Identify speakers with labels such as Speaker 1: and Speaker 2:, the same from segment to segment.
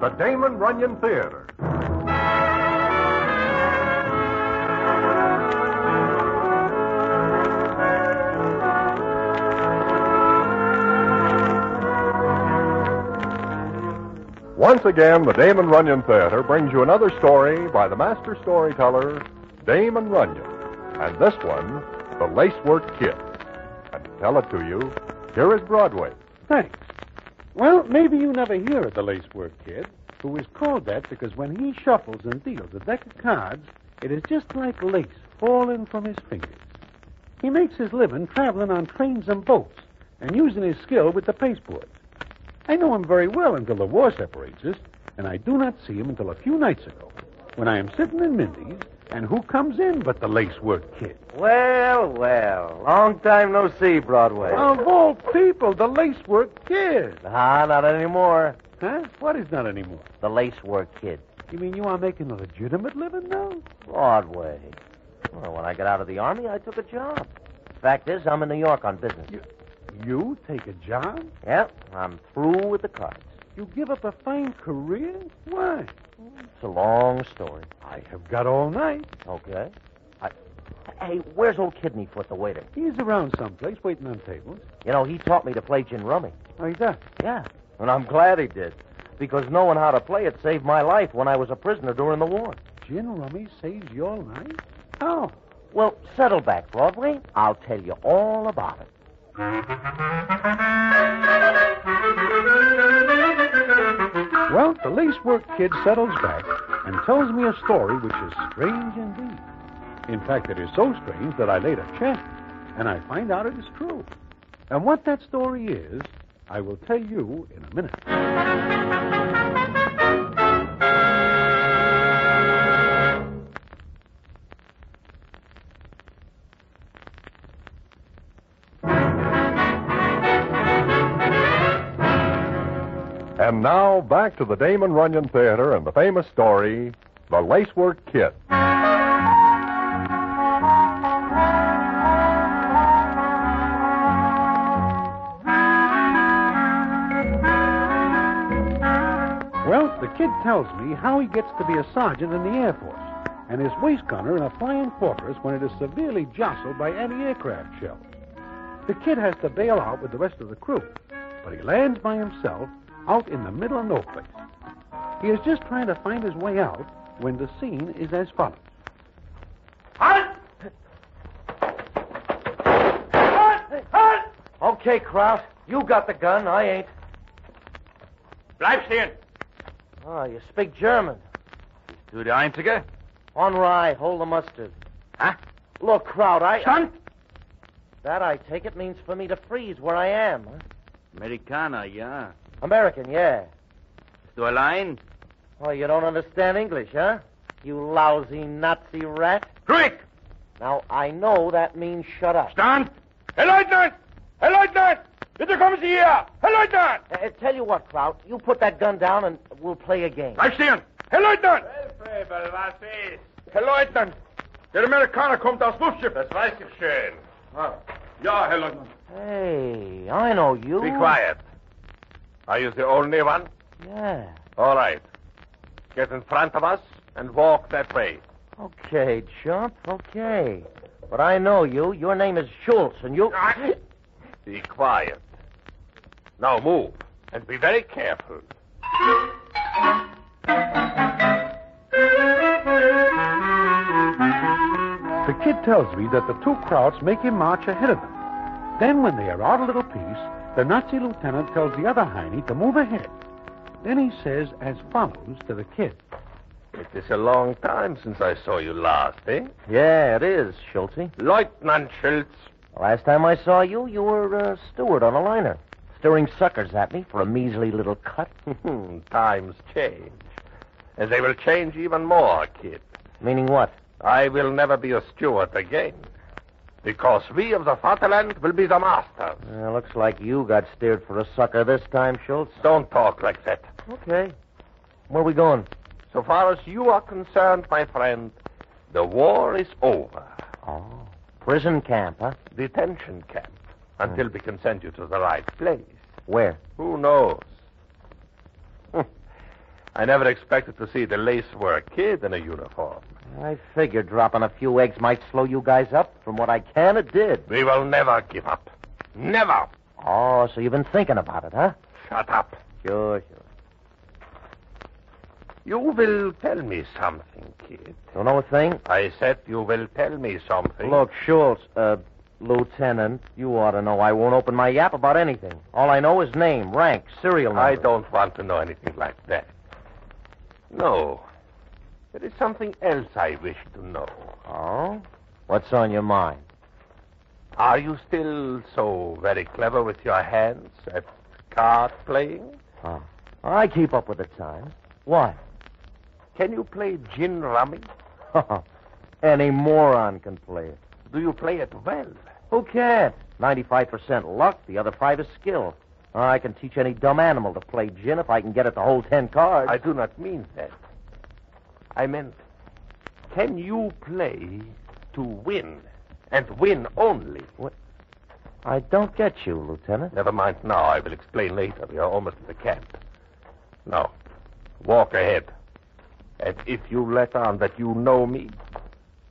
Speaker 1: The Damon Runyon Theater. Once again, the Damon Runyon Theater brings you another story by the master storyteller, Damon Runyon. And this one, The Lacework Kid. And to tell it to you, here is Broadway.
Speaker 2: Thanks. Well, maybe you never hear of the lacework kid, who is called that because when he shuffles and deals a deck of cards, it is just like lace falling from his fingers. He makes his living traveling on trains and boats and using his skill with the pasteboards. I know him very well until the war separates us, and I do not see him until a few nights ago, when I am sitting in Mindy's, and who comes in but the lacework kid?
Speaker 3: Well, well, long time no see, Broadway.
Speaker 2: Of all people, the lacework kid.
Speaker 3: Ah, not anymore.
Speaker 2: Huh? What is not anymore?
Speaker 3: The lacework kid.
Speaker 2: You mean you are making a legitimate living now?
Speaker 3: Broadway. Well, when I got out of the army, I took a job. Fact is, I'm in New York on business.
Speaker 2: You- You take a job?
Speaker 3: Yep, I'm through with the cards.
Speaker 2: You give up a fine career? Why?
Speaker 3: It's a long story.
Speaker 2: I have got all night.
Speaker 3: Okay. I... Hey, where's old Kidneyfoot, the waiter?
Speaker 2: He's around someplace waiting on tables.
Speaker 3: You know, he taught me to play gin rummy.
Speaker 2: Oh, he does.
Speaker 3: Yeah. And I'm glad he did, because knowing how to play it saved my life when I was a prisoner during the war.
Speaker 2: Gin rummy saves your life? How?
Speaker 3: Well, settle back, Broadway. I'll tell you all about it.
Speaker 2: Well, the lacework kid settles back and tells me a story which is strange indeed. In fact, it is so strange that I later check, and I find out it is true. And what that story is, I will tell you in a minute.
Speaker 1: And now back to the Damon Runyon Theater and the famous story, The Lacework Kid.
Speaker 2: Well, the kid tells me how he gets to be a sergeant in the Air Force and is waist gunner in a flying fortress when it is severely jostled by anti aircraft shells. The kid has to bail out with the rest of the crew, but he lands by himself out in the middle of no place. He is just trying to find his way out when the scene is as follows.
Speaker 3: Okay, Kraus, you got the gun. I ain't.
Speaker 4: Bleib stehen!
Speaker 3: Oh, you speak German.
Speaker 4: Du der Einzige?
Speaker 3: On rye, hold the mustard.
Speaker 4: Huh?
Speaker 3: Look, crowd, I.
Speaker 4: Stand!
Speaker 3: That, I take it, means for me to freeze where I am. huh?
Speaker 4: Amerikaner, ja.
Speaker 3: American, yeah.
Speaker 4: Du allein?
Speaker 3: Oh, you don't understand English, huh? You lousy Nazi rat.
Speaker 4: Ruhig!
Speaker 3: Now, I know that means shut up.
Speaker 4: Stand! Herr Leutnant! Herr Leutnant! Bitte kommen Sie hier! Herr Leutnant!
Speaker 3: I- I Eh, tell you what, Kraut, you put that gun down and we'll play a game.
Speaker 4: Bleib stehen! Herr Leutnant!
Speaker 5: Feibel, was ist?
Speaker 4: Herr Leutnant! Der Amerikaner kommt aufs Luftschiff.
Speaker 5: Das weiß ich schön. Ah.
Speaker 4: Ja, Herr Leutnant.
Speaker 3: Hey, I know you.
Speaker 5: Be quiet. Are you the only one?
Speaker 3: Yeah.
Speaker 5: All right. Get in front of us and walk that way.
Speaker 3: Okay, chump, okay. But I know you. Your name is Schultz, and you.
Speaker 5: I- Be quiet. Now move and be very careful.
Speaker 2: The kid tells me that the two Krauts make him march ahead of them. Then, when they are out a little piece, the Nazi lieutenant tells the other Heine to move ahead. Then he says as follows to the kid.
Speaker 5: It is a long time since I saw you last, eh?
Speaker 3: Yeah, it is, Schultze.
Speaker 5: Lieutenant Schultz.
Speaker 3: Last time I saw you, you were uh, steward on a liner, stirring suckers at me for a measly little cut.
Speaker 5: Times change. And they will change even more, kid.
Speaker 3: Meaning what?
Speaker 5: I will never be a steward again. Because we of the Vaterland will be the masters.
Speaker 3: Uh, looks like you got steered for a sucker this time, Schultz.
Speaker 5: Don't talk like that.
Speaker 3: Okay. Where are we going?
Speaker 5: So far as you are concerned, my friend, the war is over.
Speaker 3: Oh, prison camp, huh?
Speaker 5: Detention camp. Until we can send you to the right place.
Speaker 3: Where?
Speaker 5: Who knows? I never expected to see the lace work kid in a uniform.
Speaker 3: I figured dropping a few eggs might slow you guys up. From what I can, it did.
Speaker 5: We will never give up. Never.
Speaker 3: Oh, so you've been thinking about it, huh?
Speaker 5: Shut up.
Speaker 3: Sure, sure.
Speaker 5: You will tell me something, kid.
Speaker 3: Don't know a thing?
Speaker 5: I said you will tell me something.
Speaker 3: Look, Schultz, uh, Lieutenant, you ought to know I won't open my yap about anything. All I know is name, rank, serial number.
Speaker 5: I don't want to know anything like that. No. There is something else I wish to know.
Speaker 3: Oh? What's on your mind?
Speaker 5: Are you still so very clever with your hands at card playing?
Speaker 3: Oh. I keep up with the times. Why?
Speaker 5: Can you play gin rummy?
Speaker 3: Any moron can play it.
Speaker 5: Do you play it well?
Speaker 3: Who can't? 95% luck, the other 5 is skill. Uh, I can teach any dumb animal to play gin if I can get it to hold 10 cards.
Speaker 5: I do not mean that. I meant, can you play to win and win only?
Speaker 3: I don't get you, Lieutenant.
Speaker 5: Never mind now. I will explain later. We are almost at the camp. Now, walk ahead. And if you let on that you know me,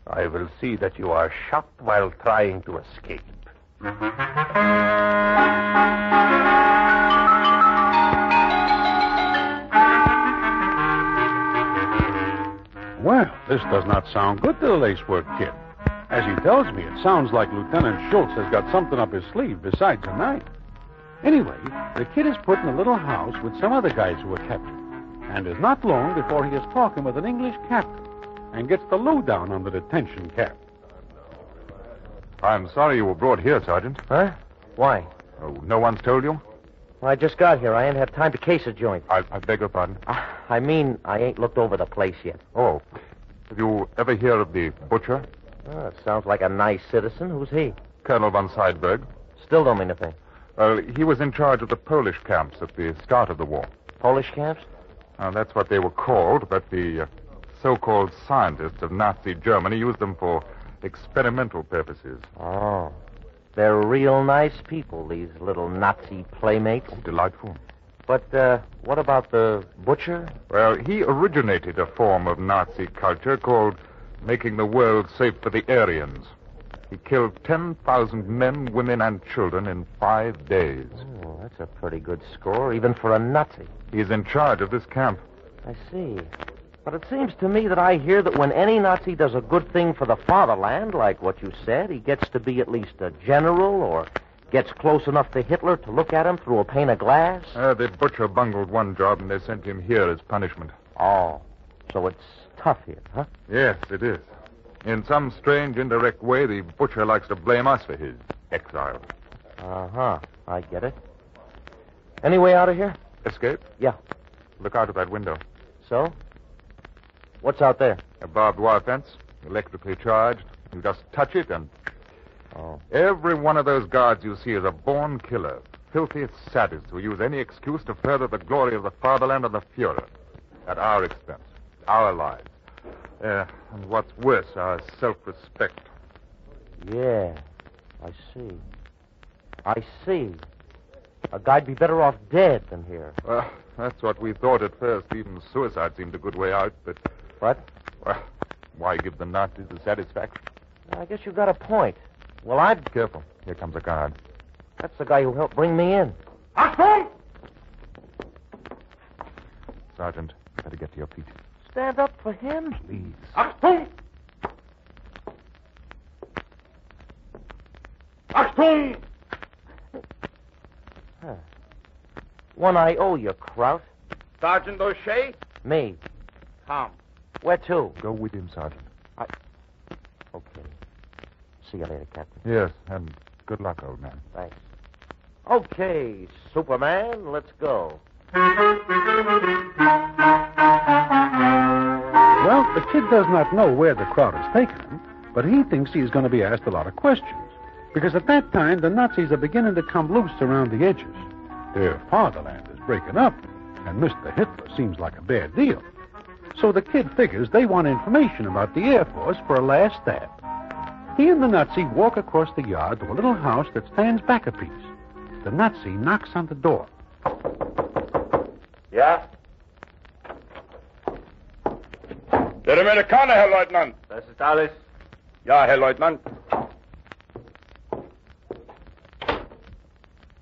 Speaker 5: I will see that you are shot while trying to escape.
Speaker 2: Well, this does not sound good to the lacework kid. As he tells me, it sounds like Lieutenant Schultz has got something up his sleeve besides a knife. Anyway, the kid is put in a little house with some other guys who were captured, and is not long before he is talking with an English captain and gets the lowdown on the detention camp.
Speaker 1: I'm sorry you were brought here, Sergeant.
Speaker 3: Huh? Why?
Speaker 1: Oh, no one's told you?
Speaker 3: I just got here. I ain't had time to case a joint.
Speaker 1: I, I beg your pardon.
Speaker 3: I mean, I ain't looked over the place yet.
Speaker 1: Oh, have you ever heard of the butcher,
Speaker 3: Oh, it sounds like a nice citizen. Who's he?
Speaker 1: Colonel von Seidberg?
Speaker 3: Still don't mean a thing.
Speaker 1: Well, he was in charge of the Polish camps at the start of the war.
Speaker 3: Polish camps?
Speaker 1: Uh, that's what they were called, but the uh, so called scientists of Nazi Germany used them for experimental purposes.
Speaker 3: Oh. They're real nice people, these little Nazi playmates.
Speaker 1: Delightful.
Speaker 3: But uh, what about the butcher?
Speaker 1: Well, he originated a form of Nazi culture called making the world safe for the Aryans. He killed 10,000 men, women, and children in five days.
Speaker 3: Oh, that's a pretty good score, even for a Nazi.
Speaker 1: He's in charge of this camp.
Speaker 3: I see. But it seems to me that I hear that when any Nazi does a good thing for the fatherland, like what you said, he gets to be at least a general or gets close enough to Hitler to look at him through a pane of glass.
Speaker 1: Uh, the butcher bungled one job, and they sent him here as punishment.
Speaker 3: Oh. So it's tough here, huh?
Speaker 1: Yes, it is. In some strange, indirect way, the butcher likes to blame us for his exile.
Speaker 3: Uh huh. I get it. Any way out of here?
Speaker 1: Escape?
Speaker 3: Yeah.
Speaker 1: Look out of that window.
Speaker 3: So? What's out there?
Speaker 1: A barbed wire fence, electrically charged. You just touch it, and
Speaker 3: Oh.
Speaker 1: every one of those guards you see is a born killer. Filthy sadists who use any excuse to further the glory of the fatherland and the Fuhrer. At our expense, our lives. Uh, and what's worse, our self respect.
Speaker 3: Yeah. I see. I see. A guy'd be better off dead than here.
Speaker 1: Well, that's what we thought at first. Even suicide seemed a good way out, but
Speaker 3: What?
Speaker 1: Well, why give the Nazis the satisfaction?
Speaker 3: I guess you got a point. Well, I'd.
Speaker 1: Careful. Here comes a guard.
Speaker 3: That's the guy who helped bring me in.
Speaker 4: Achtung!
Speaker 1: Sergeant, better get to your feet.
Speaker 3: Stand up for him.
Speaker 1: Please.
Speaker 4: Achtung! Achtung!
Speaker 3: One I owe you, Kraut.
Speaker 5: Sergeant O'Shea?
Speaker 3: Me.
Speaker 5: Come.
Speaker 3: Where to?
Speaker 1: Go with him, Sergeant.
Speaker 3: Okay. See you later, Captain.
Speaker 1: Yes, and good luck, old man.
Speaker 3: Thanks. Okay, Superman, let's go.
Speaker 2: Well, the kid does not know where the crowd has taken him, but he thinks he's going to be asked a lot of questions. Because at that time, the Nazis are beginning to come loose around the edges. Their fatherland is breaking up, and Mr. Hitler seems like a bad deal. So the kid figures they want information about the Air Force for a last stab. He and the Nazi walk across the yard to a little house that stands back a piece. The Nazi knocks on the door.
Speaker 5: Yeah?
Speaker 4: Der Amerikaner, Herr Leutnant.
Speaker 5: Das ist alles.
Speaker 4: Ja, Herr Leutnant.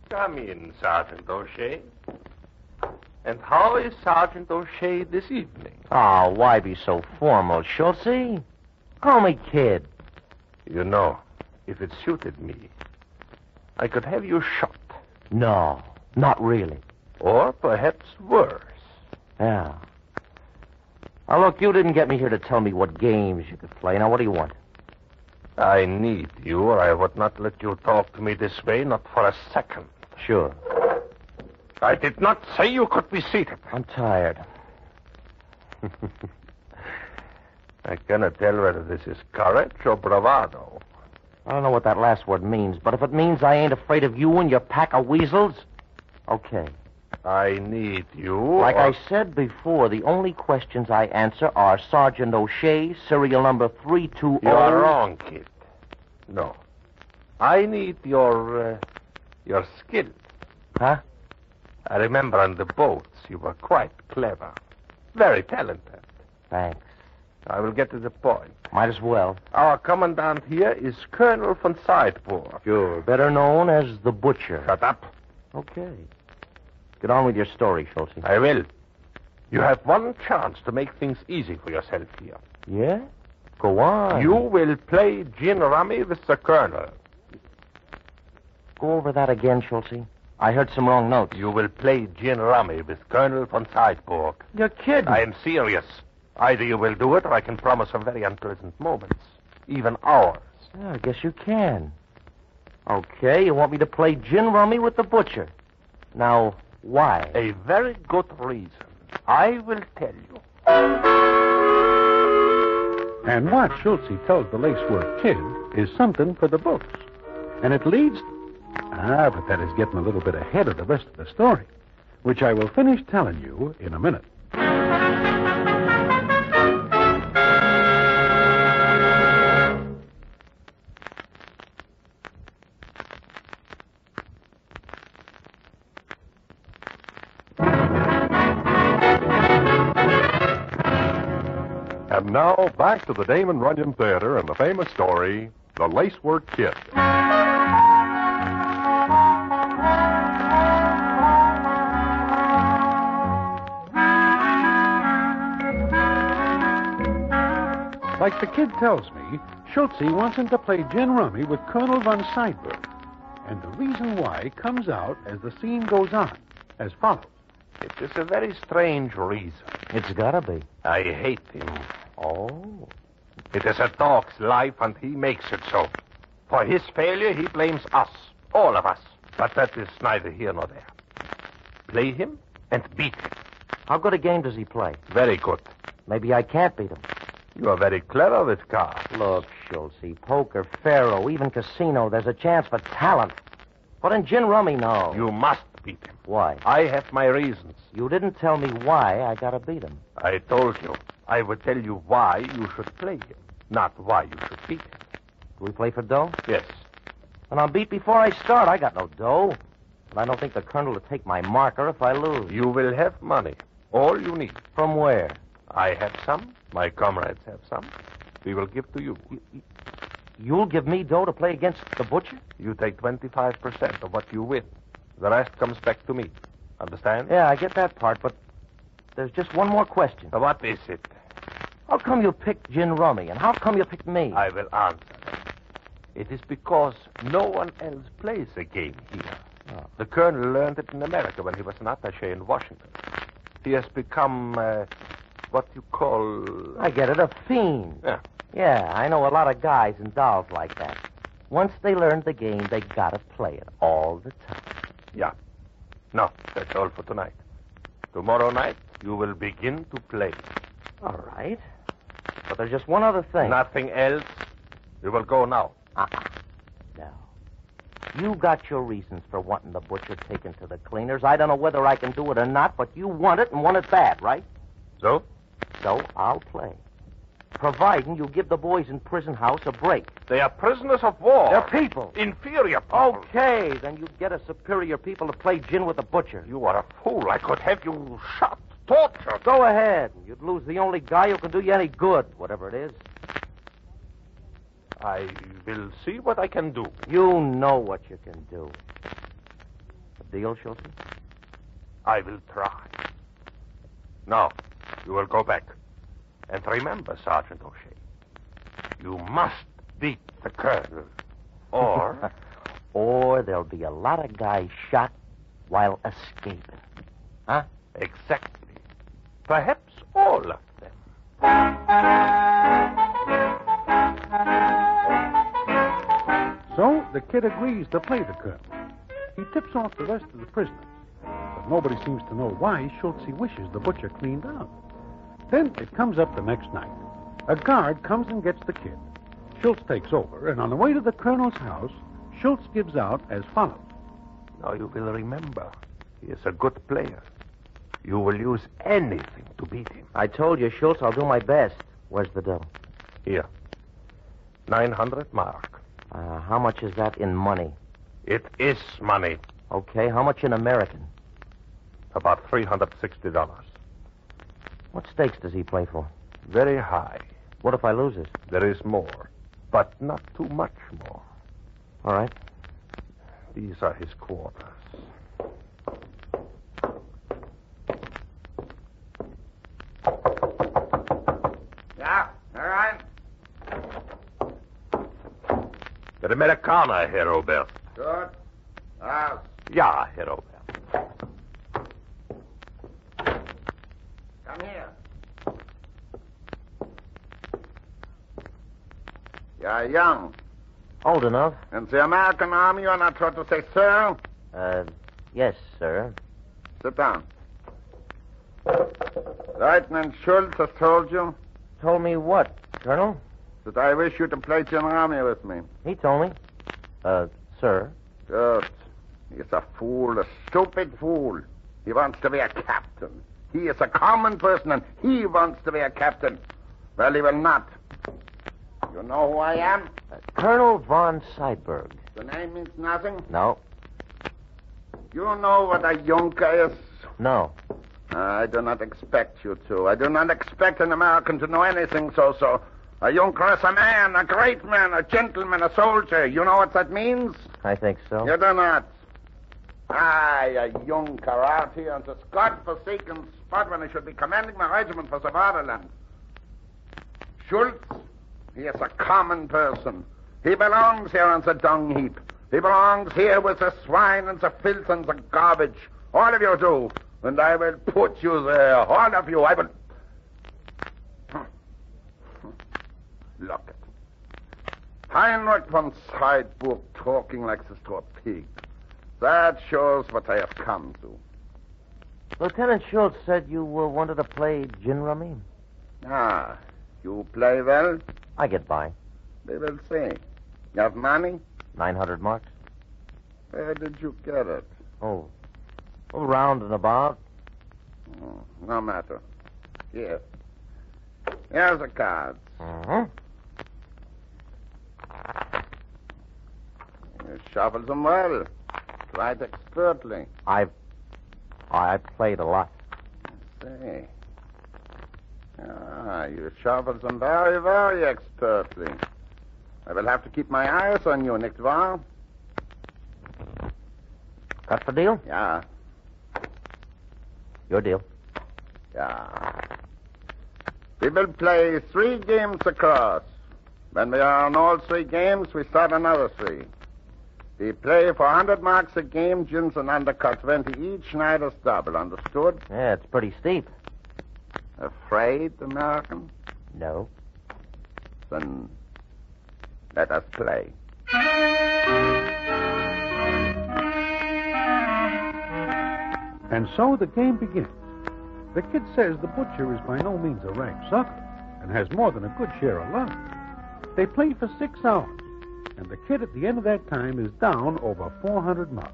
Speaker 5: Come in, Sergeant O'Shea. And how is Sergeant O'Shea this evening?
Speaker 3: Ah, why be so formal, Schultzy? Call me kid.
Speaker 5: You know, if it suited me, I could have you shot.
Speaker 3: No, not really.
Speaker 5: Or perhaps worse.
Speaker 3: Yeah. Now, look, you didn't get me here to tell me what games you could play. Now, what do you want?
Speaker 5: I need you, or I would not let you talk to me this way, not for a second.
Speaker 3: Sure.
Speaker 5: I did not say you could be seated.
Speaker 3: I'm tired.
Speaker 5: I cannot tell whether this is courage or bravado.
Speaker 3: I don't know what that last word means, but if it means I ain't afraid of you and your pack of weasels, okay.
Speaker 5: I need you.
Speaker 3: Like
Speaker 5: or-
Speaker 3: I said before, the only questions I answer are Sergeant O'Shea, serial number oh. 320.
Speaker 5: You are wrong, kid. No. I need your, uh, your skill.
Speaker 3: Huh?
Speaker 5: I remember on the boats you were quite clever, very talented.
Speaker 3: Thanks.
Speaker 5: I will get to the point.
Speaker 3: Might as well.
Speaker 5: Our commandant here is Colonel von Seidburg.
Speaker 3: Sure. Better known as the Butcher.
Speaker 5: Shut up.
Speaker 3: Okay. Get on with your story, Schultz.
Speaker 5: I will. You have one chance to make things easy for yourself here.
Speaker 3: Yeah? Go on.
Speaker 5: You will play gin rummy with the colonel.
Speaker 3: Go over that again, Schultz. I heard some wrong notes.
Speaker 5: You will play gin rummy with Colonel von Seidburg.
Speaker 2: Hmm.
Speaker 3: You're kidding.
Speaker 5: I am serious. Either you will do it, or I can promise some very unpleasant moments, even hours.
Speaker 3: Yeah, I guess you can. Okay, you want me to play gin rummy with the butcher. Now, why?
Speaker 5: A very good reason. I will tell you.
Speaker 2: And what Schultze tells the lacework kid is something for the books. And it leads. Ah, but that is getting a little bit ahead of the rest of the story, which I will finish telling you in a minute.
Speaker 1: And now, back to the Damon Runyon Theater and the famous story, The Lacework Kid.
Speaker 2: Like the kid tells me, Schultze wants him to play gin rummy with Colonel von Seidberg. And the reason why comes out as the scene goes on, as follows.
Speaker 5: It is a very strange reason.
Speaker 3: It's gotta be.
Speaker 5: I hate him.
Speaker 3: Oh.
Speaker 5: It is a dog's life, and he makes it so. For his failure, he blames us, all of us. But that is neither here nor there. Play him and beat him.
Speaker 3: How good a game does he play?
Speaker 5: Very good.
Speaker 3: Maybe I can't beat him.
Speaker 5: You are very clever with cards.
Speaker 3: Look, Schultze, poker, faro, even casino, there's a chance for talent. But in gin rummy, no.
Speaker 5: You must beat him.
Speaker 3: Why?
Speaker 5: I have my reasons.
Speaker 3: You didn't tell me why I gotta beat him.
Speaker 5: I told you. I would tell you why you should play him, not why you should beat him.
Speaker 3: Do we play for dough?
Speaker 5: Yes.
Speaker 3: And I'm beat before I start. I got no dough. And I don't think the colonel will take my marker if I lose.
Speaker 5: You will have money. All you need.
Speaker 3: From where?
Speaker 5: I have some. My comrades have some. We will give to you.
Speaker 3: You'll give me dough to play against the butcher?
Speaker 5: You take 25% of what you win. The rest comes back to me. Understand?
Speaker 3: Yeah, I get that part, but there's just one more question.
Speaker 5: Now, What is it?
Speaker 3: How come you picked Gin Rummy, and how come you picked me?
Speaker 5: I will answer. that. It is because no one else plays the game here.
Speaker 3: Oh.
Speaker 5: The colonel learned it in America when he was an attaché in Washington. He has become uh, what you call.
Speaker 3: I get it, a fiend.
Speaker 5: Yeah.
Speaker 3: Yeah, I know a lot of guys and dolls like that. Once they learn the game, they gotta play it all the time.
Speaker 5: Yeah. No, that's all for tonight. Tomorrow night you will begin to play.
Speaker 3: All right. But there's just one other thing.
Speaker 5: Nothing else. You will go now.
Speaker 3: Uh-uh. No. You got your reasons for wanting the butcher taken to the cleaners. I don't know whether I can do it or not, but you want it and want it bad, right?
Speaker 5: So?
Speaker 3: So I'll play. Providing you give the boys in prison house a break.
Speaker 5: They are prisoners of war.
Speaker 3: They're people. Oh.
Speaker 5: Inferior people.
Speaker 3: Okay, then you get a superior people to play gin with the butcher.
Speaker 5: You are a fool. I could have you shot. torture.
Speaker 3: Go ahead. You'd lose the only guy who can do you any good, whatever it is.
Speaker 5: I will see what I can do.
Speaker 3: You know what you can do. A deal, Schultz?
Speaker 5: I will try. Now, you will go back. And remember, Sergeant O'Shea, you must beat the colonel. Or
Speaker 3: Or there'll be a lot of guys shot while escaping.
Speaker 5: exactly, perhaps all of them.
Speaker 2: So the kid agrees to play the colonel. He tips off the rest of the prisoners, but nobody seems to know why Schultze wishes the butcher cleaned out. Then it comes up the next night. A guard comes and gets the kid. Schultz takes over, and on the way to the colonel's house, Schultz gives out as follows.
Speaker 5: Now you will remember, he is a good player. You will use anything to beat him.
Speaker 3: I told you, Schultz, I'll do my best. Where's the dough?
Speaker 5: Here, nine hundred mark.
Speaker 3: Uh, how much is that in money?
Speaker 5: It is money,
Speaker 3: Okay, how much in American?
Speaker 5: about three hundred sixty dollars.
Speaker 3: What stakes does he play for?
Speaker 5: Very high.
Speaker 3: What if I lose it?
Speaker 5: There is more, but not too much more.
Speaker 3: All right.
Speaker 5: These are his quarters.
Speaker 1: Yeah, all right.
Speaker 5: Der Amerikaner, Herr Robert.
Speaker 1: Good. Ah,
Speaker 5: Ja, Herr Robert.
Speaker 1: come here. You're young.
Speaker 3: Old enough.
Speaker 1: In the American army, you're not taught to say, sir.
Speaker 3: Uh, yes, sir.
Speaker 1: Sit down. Lieutenant Schultz has told you
Speaker 3: Told me what, Colonel?
Speaker 1: that I wish you to play in the army with me.
Speaker 3: He told me. Uh, sir.
Speaker 1: Good. He's a fool, a stupid fool. He wants to be a captain. He is a common person, and he wants to be a captain. Well, he will not. You know who I am?
Speaker 3: Uh, Colonel von Seidberg.
Speaker 1: The name means nothing.
Speaker 3: No,
Speaker 1: You know what a Junker is.
Speaker 3: no.
Speaker 1: I do not expect you to. I do not expect an American to know anything so so. A Junker is a man, a great man, a gentleman, a soldier. You know what that means?
Speaker 3: I think so.
Speaker 1: You do not. I, a Junker out here in this godforsaken spot when I should be commanding my regiment for the fatherland. Schultz, he is a common person. He belongs here on the dung heap. He belongs here with the swine and the filth and the garbage. All of you do. And I will put you there. All of you. I will. Look at Heinrich von Seidburg talking like this to a pig. That shows what I have come to.
Speaker 3: Lieutenant Schultz said you uh, wanted to play gin rummy.
Speaker 1: Ah, you play well?
Speaker 3: I get by.
Speaker 1: They will see. You have money?
Speaker 3: 900 marks.
Speaker 1: Where did you get it?
Speaker 3: Oh, round and about.
Speaker 1: Oh, no matter. Here. Here's the cards.
Speaker 3: Mm-hmm.
Speaker 1: You shuffle them well. Quite expertly.
Speaker 3: I've, I played a lot.
Speaker 1: See. Ah, you shuffle them very, very expertly. I will have to keep my eyes on you, nicht wahr?
Speaker 3: Cut the deal?
Speaker 1: Yeah,
Speaker 3: Your deal.
Speaker 1: yeah. We will play three games across. When we are on all three games, we start another three. We play for 100 marks a game, gins and undercut 20 each, night is double. Understood?
Speaker 3: Yeah, it's pretty steep.
Speaker 1: Afraid, American?
Speaker 3: No.
Speaker 1: Then let us play.
Speaker 2: And so the game begins. The kid says the butcher is by no means a rag sucker and has more than a good share of love. They play for six hours, and the kid at the end of that time is down over 400 marks.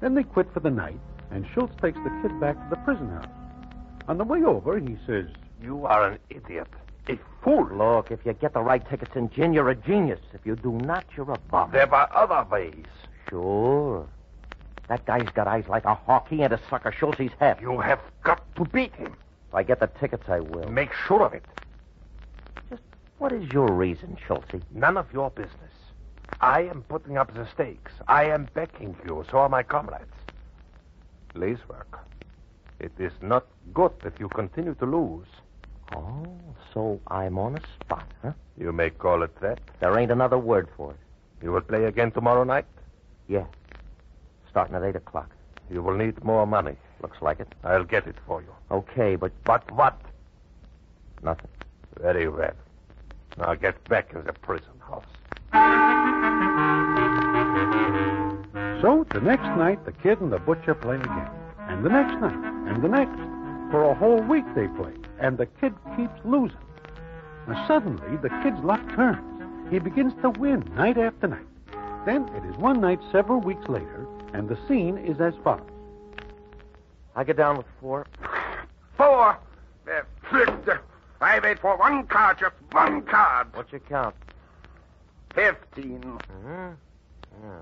Speaker 2: Then they quit for the night, and Schultz takes the kid back to the prison house. On the way over, he says,
Speaker 5: You are an idiot. A
Speaker 3: Fool. Look, if you get the right tickets in gin, you're a genius. If you do not, you're a bum.
Speaker 5: There are other ways.
Speaker 3: Sure. That guy's got eyes like a hawk. He ain't a sucker. Schultz, he's half.
Speaker 5: You have got to beat him.
Speaker 3: If I get the tickets, I will.
Speaker 5: Make sure of it.
Speaker 3: What is your reason, Schultz?
Speaker 5: None of your business. I am putting up the stakes. I am backing you. So are my comrades. Lace work. It is not good if you continue to lose.
Speaker 3: Oh, so I'm on a spot, huh?
Speaker 5: You may call it that.
Speaker 3: There ain't another word for it.
Speaker 5: You will play again tomorrow night.
Speaker 3: Yeah. Starting at 8 o'clock.
Speaker 5: You will need more money.
Speaker 3: Looks like it.
Speaker 5: I'll get it for you.
Speaker 3: Okay, but
Speaker 5: But what?
Speaker 3: nothing.
Speaker 5: Very well. Now get back in the prison house.
Speaker 2: So the next night, the kid and the butcher play again. And the next night, and the next. For a whole week they play, and the kid keeps losing. And suddenly, the kid's luck turns. He begins to win night after night. Then it is one night several weeks later, and the scene is as follows.
Speaker 3: I get down with four.
Speaker 4: Four. Uh, I wait for one card, just one card.
Speaker 3: What's your count?
Speaker 4: Fifteen.
Speaker 3: Mm-hmm. Yeah,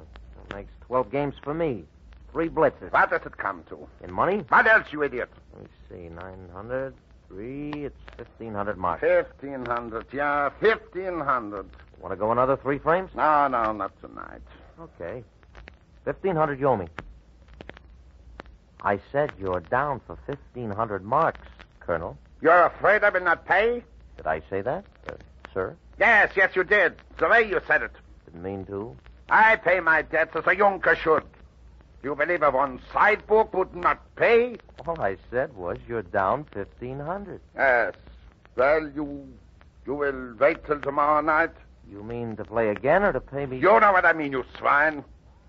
Speaker 3: that makes 12 games for me. Three blitzes.
Speaker 4: What does it come to?
Speaker 3: In money?
Speaker 4: What else, you idiot?
Speaker 3: Let me see. 900, three, it's 1,500 mark.
Speaker 4: Fifteen hundred, yeah, fifteen hundred.
Speaker 3: Want to go another three frames?
Speaker 4: No, no, not tonight.
Speaker 3: Okay. 1,500 you owe me. I said you're down for 1,500 marks, Colonel.
Speaker 4: You're afraid I will not pay?
Speaker 3: Did I say that, uh, sir?
Speaker 4: Yes, yes, you did. The way you said it.
Speaker 3: Didn't mean to.
Speaker 4: I pay my debts as a Junker should. You believe a one side book would not pay?
Speaker 3: All I said was you're down 1,500.
Speaker 4: Yes. Well, you you will wait till tomorrow night.
Speaker 3: You mean to play again or to pay me?
Speaker 4: You know what I mean, you swine.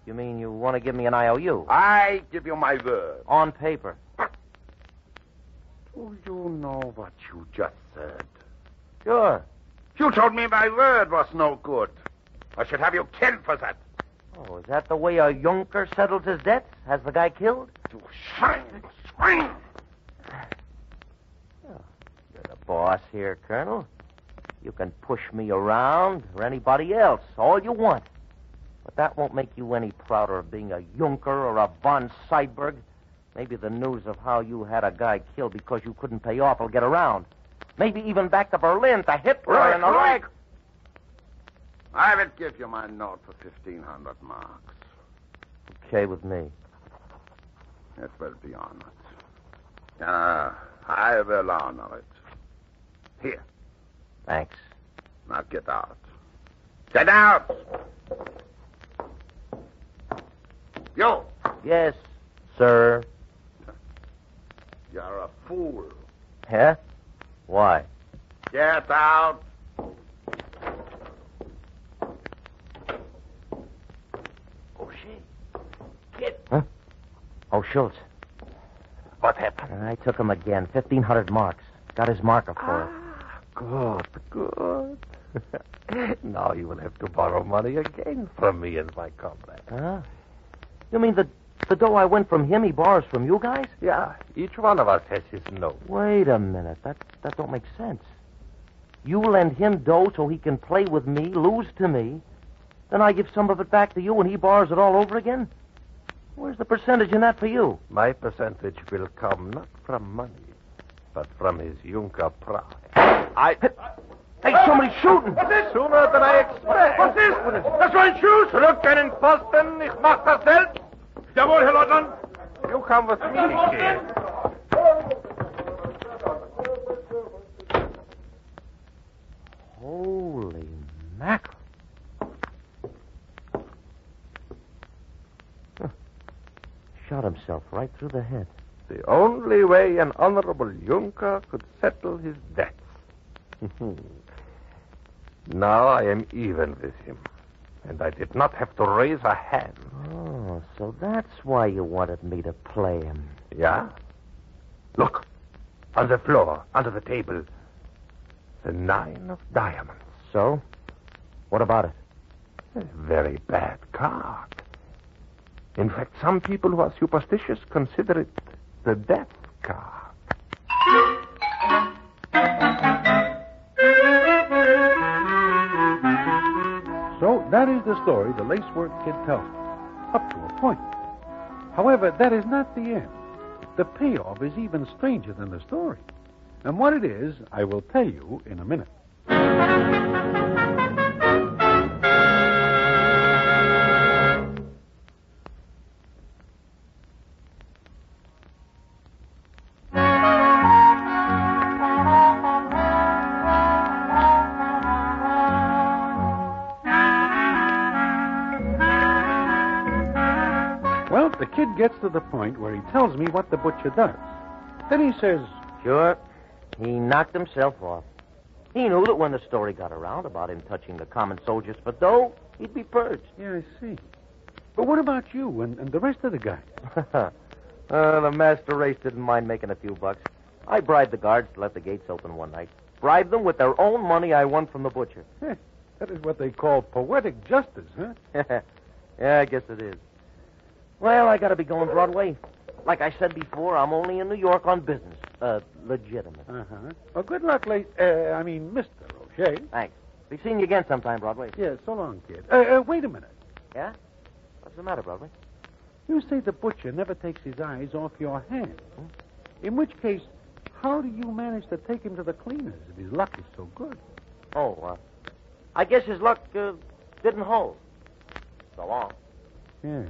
Speaker 3: You mean you want to give me an IOU?
Speaker 4: I give you my word.
Speaker 3: On paper.
Speaker 4: Do you know what you just said?
Speaker 3: Sure.
Speaker 4: You told me my word was no good. I should have you killed for that.
Speaker 3: Oh, is that the way a Junker settles his debts? Has the guy killed?
Speaker 4: You swine, swine.
Speaker 3: You're the boss here, Colonel. You can push me around or anybody else, all you want. But that won't make you any prouder of being a Junker or a von Seiberg. Maybe the news of how you had a guy killed because you couldn't pay off will get around. Maybe even back to Berlin, to Hitler
Speaker 4: Right,
Speaker 3: and the
Speaker 4: right.
Speaker 3: like.
Speaker 4: I will give you my note for 1,500 marks.
Speaker 3: Okay with me.
Speaker 4: It will be honored. Ah, I will honor it. Here,
Speaker 3: Thanks.
Speaker 4: now get out. Get out! You!
Speaker 3: Yes, sir.
Speaker 4: You're a fool.
Speaker 3: Yeah? Why?
Speaker 4: Get out!
Speaker 3: Oh, shit. Kid. Huh? Oh, Schultz.
Speaker 5: What happened?
Speaker 3: And I took him again. 1,500 marks. Got his marker for it.
Speaker 5: Good, good. now you will have to borrow money again from me and my comrade.
Speaker 3: Huh? You mean the, the dough I went from him, he borrows from you guys?
Speaker 5: Yeah, each one of us has his note.
Speaker 3: Wait a minute. That, that don't make sense. You lend him dough so he can play with me, lose to me. Then I give some of it back to you and he borrows it all over again? Where's the percentage in that for you?
Speaker 5: My percentage will come not from money, but from his Junker pride.
Speaker 3: I. Hey, somebody's shooting!
Speaker 5: Sooner than I expect.
Speaker 4: Was ist? Das waren Schuss!
Speaker 5: Zurück einen Pfosten, ich mach das selbst.
Speaker 4: Jawohl, Herr Leutnant!
Speaker 5: You come with me, kid.
Speaker 3: Holy mackerel. Huh. Shot himself right through the head.
Speaker 5: The only way an honorable Junker could settle his debts. now I am even with him, and I did not have to raise a hand.
Speaker 3: Oh, so that's why you wanted me to play him.
Speaker 5: Yeah? Look, on the floor, under the table, the nine of diamonds.
Speaker 3: So? What about it?
Speaker 5: A very bad card. In fact, some people who are superstitious consider it the death card.
Speaker 2: So that is the story the lacework kid tells us, up to a point. However, that is not the end. The payoff is even stranger than the story. And what it is, I will tell you in a minute. Well, the kid gets to the point where he tells me what the butcher does. Then he says,
Speaker 3: Sure. He knocked himself off. He knew that when the story got around about him touching the common soldiers for dough, he'd be purged.
Speaker 2: Yeah, I see. But what about you and, and the rest of the guys?
Speaker 3: uh, the master race didn't mind making a few bucks. I bribed the guards to let the gates open one night. Bribed them with their own money I won from the butcher.
Speaker 2: Eh, That is what they call poetic justice, huh?
Speaker 3: yeah, I guess it is. Well, I gotta be going Broadway. Like I said before, I'm only in New York on business. Uh, legitimate.
Speaker 2: Uh huh. Well, good luck, late. Uh, I mean, Mr. O'Shea.
Speaker 3: Be seeing you again sometime, Broadway.
Speaker 2: Yeah, so long, kid. Uh, uh, wait a minute.
Speaker 3: What's the matter, Broadway?
Speaker 2: You say the butcher never takes his eyes off your hand. In which case, how do you manage to take him to the cleaners if his luck is so good?
Speaker 3: Oh, uh, I guess his luck uh, didn't hold. So long.
Speaker 2: Yeah.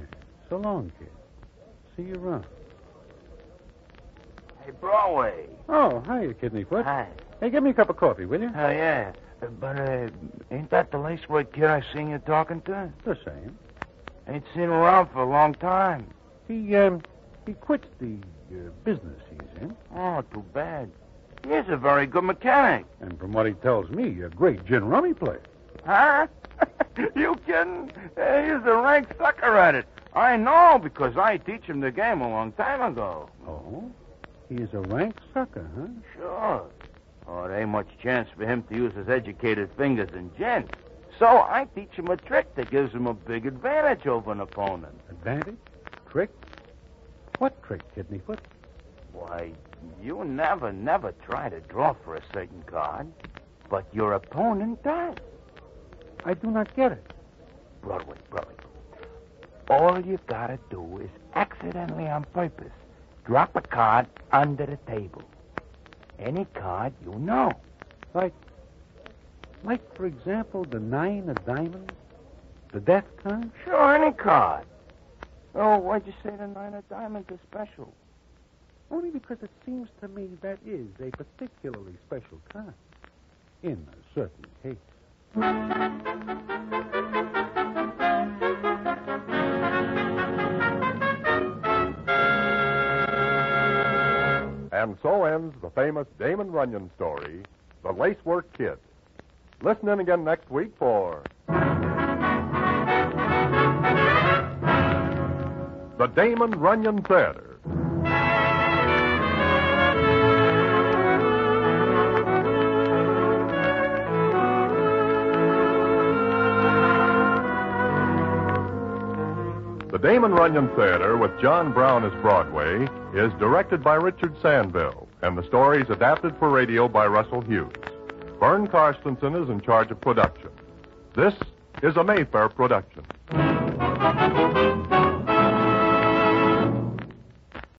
Speaker 2: So long, kid. See you around.
Speaker 3: Hey, Broadway.
Speaker 2: Oh, hiya, Kidneyfoot.
Speaker 3: Hi.
Speaker 2: Hey, give me a cup of coffee, will you?
Speaker 3: Oh, yeah. But, uh, ain't that the lacework kid I seen you talking to?
Speaker 2: The same.
Speaker 3: Ain't seen him around for a long time.
Speaker 2: He um, he quits the uh, business he's in,
Speaker 3: Oh, too bad. He's a very good mechanic.
Speaker 2: and from what he tells me, you're a great gin rummy player.
Speaker 3: Huh? you kidding? Uh, He's a rank sucker at it. I know because I teach him the game a long time ago.
Speaker 2: Oh, he is a rank sucker, huh?
Speaker 3: Sure. Oh, it ain't much chance for him to use his educated fingers in gin. So I teach him a trick that gives him a big advantage over an opponent.
Speaker 2: Advantage, trick. What trick, Kidneyfoot?
Speaker 3: Why, you never, never try to draw for a certain card, but your opponent does.
Speaker 2: I do not get it.
Speaker 3: Broadway, Broadway. All you gotta do is accidentally on purpose drop a card under the table. Any card you know.
Speaker 2: Like, like for example, the nine of diamonds, the death card.
Speaker 3: Sure, any card. Oh, why'd you say the nine of diamonds is special?
Speaker 2: Only because it seems to me that is a particularly special card. In a certain case.
Speaker 1: And so ends the famous Damon Runyon story, The Lacework Kid. Listen in again next week for The Damon Runyon Theater. The Damon Runyon Theater with John Brown as Broadway is directed by Richard Sandville, and the story is adapted for radio by Russell Hughes. Vern Karstensen is in charge of production. This is a Mayfair production.